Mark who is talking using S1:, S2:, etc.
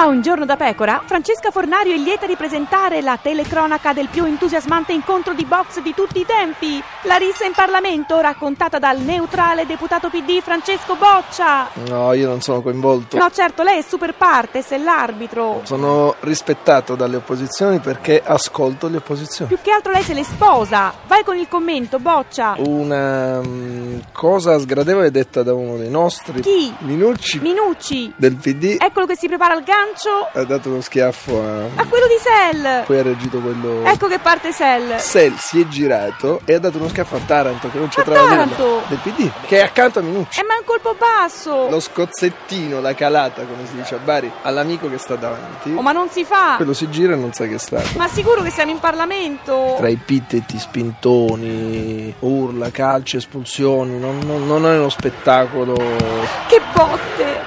S1: A un giorno da pecora, Francesca Fornario è lieta di presentare la telecronaca del più entusiasmante incontro di box di tutti i tempi. La rissa in Parlamento raccontata dal neutrale deputato PD Francesco Boccia.
S2: No, io non sono coinvolto.
S1: No, certo, lei è super partes, è l'arbitro.
S2: Sono rispettato dalle opposizioni perché ascolto le opposizioni.
S1: Più che altro lei se le sposa. Vai con il commento, Boccia.
S2: Una mm, cosa sgradevole detta da uno dei nostri.
S1: Chi?
S2: Minucci
S1: Minucci.
S2: del PD
S1: Eccolo che si prepara al gancio
S2: ha dato uno schiaffo a...
S1: a quello di Sel.
S2: Poi ha reagito quello...
S1: Ecco che parte Sel.
S2: Sel si è girato e ha dato uno schiaffo a Taranto che non c'entrava
S1: Taranto?
S2: nulla. Del PD che è accanto a Minucci.
S1: E ma è un colpo basso.
S2: Lo scozzettino, la calata come si dice a Bari, all'amico che sta davanti.
S1: Oh, ma non si fa.
S2: Quello si gira e non sa che è stato.
S1: Ma sicuro che siamo in Parlamento.
S2: tra epiteti, spintoni, urla, calci, espulsioni, non, non- non è uno spettacolo.
S1: Che botte.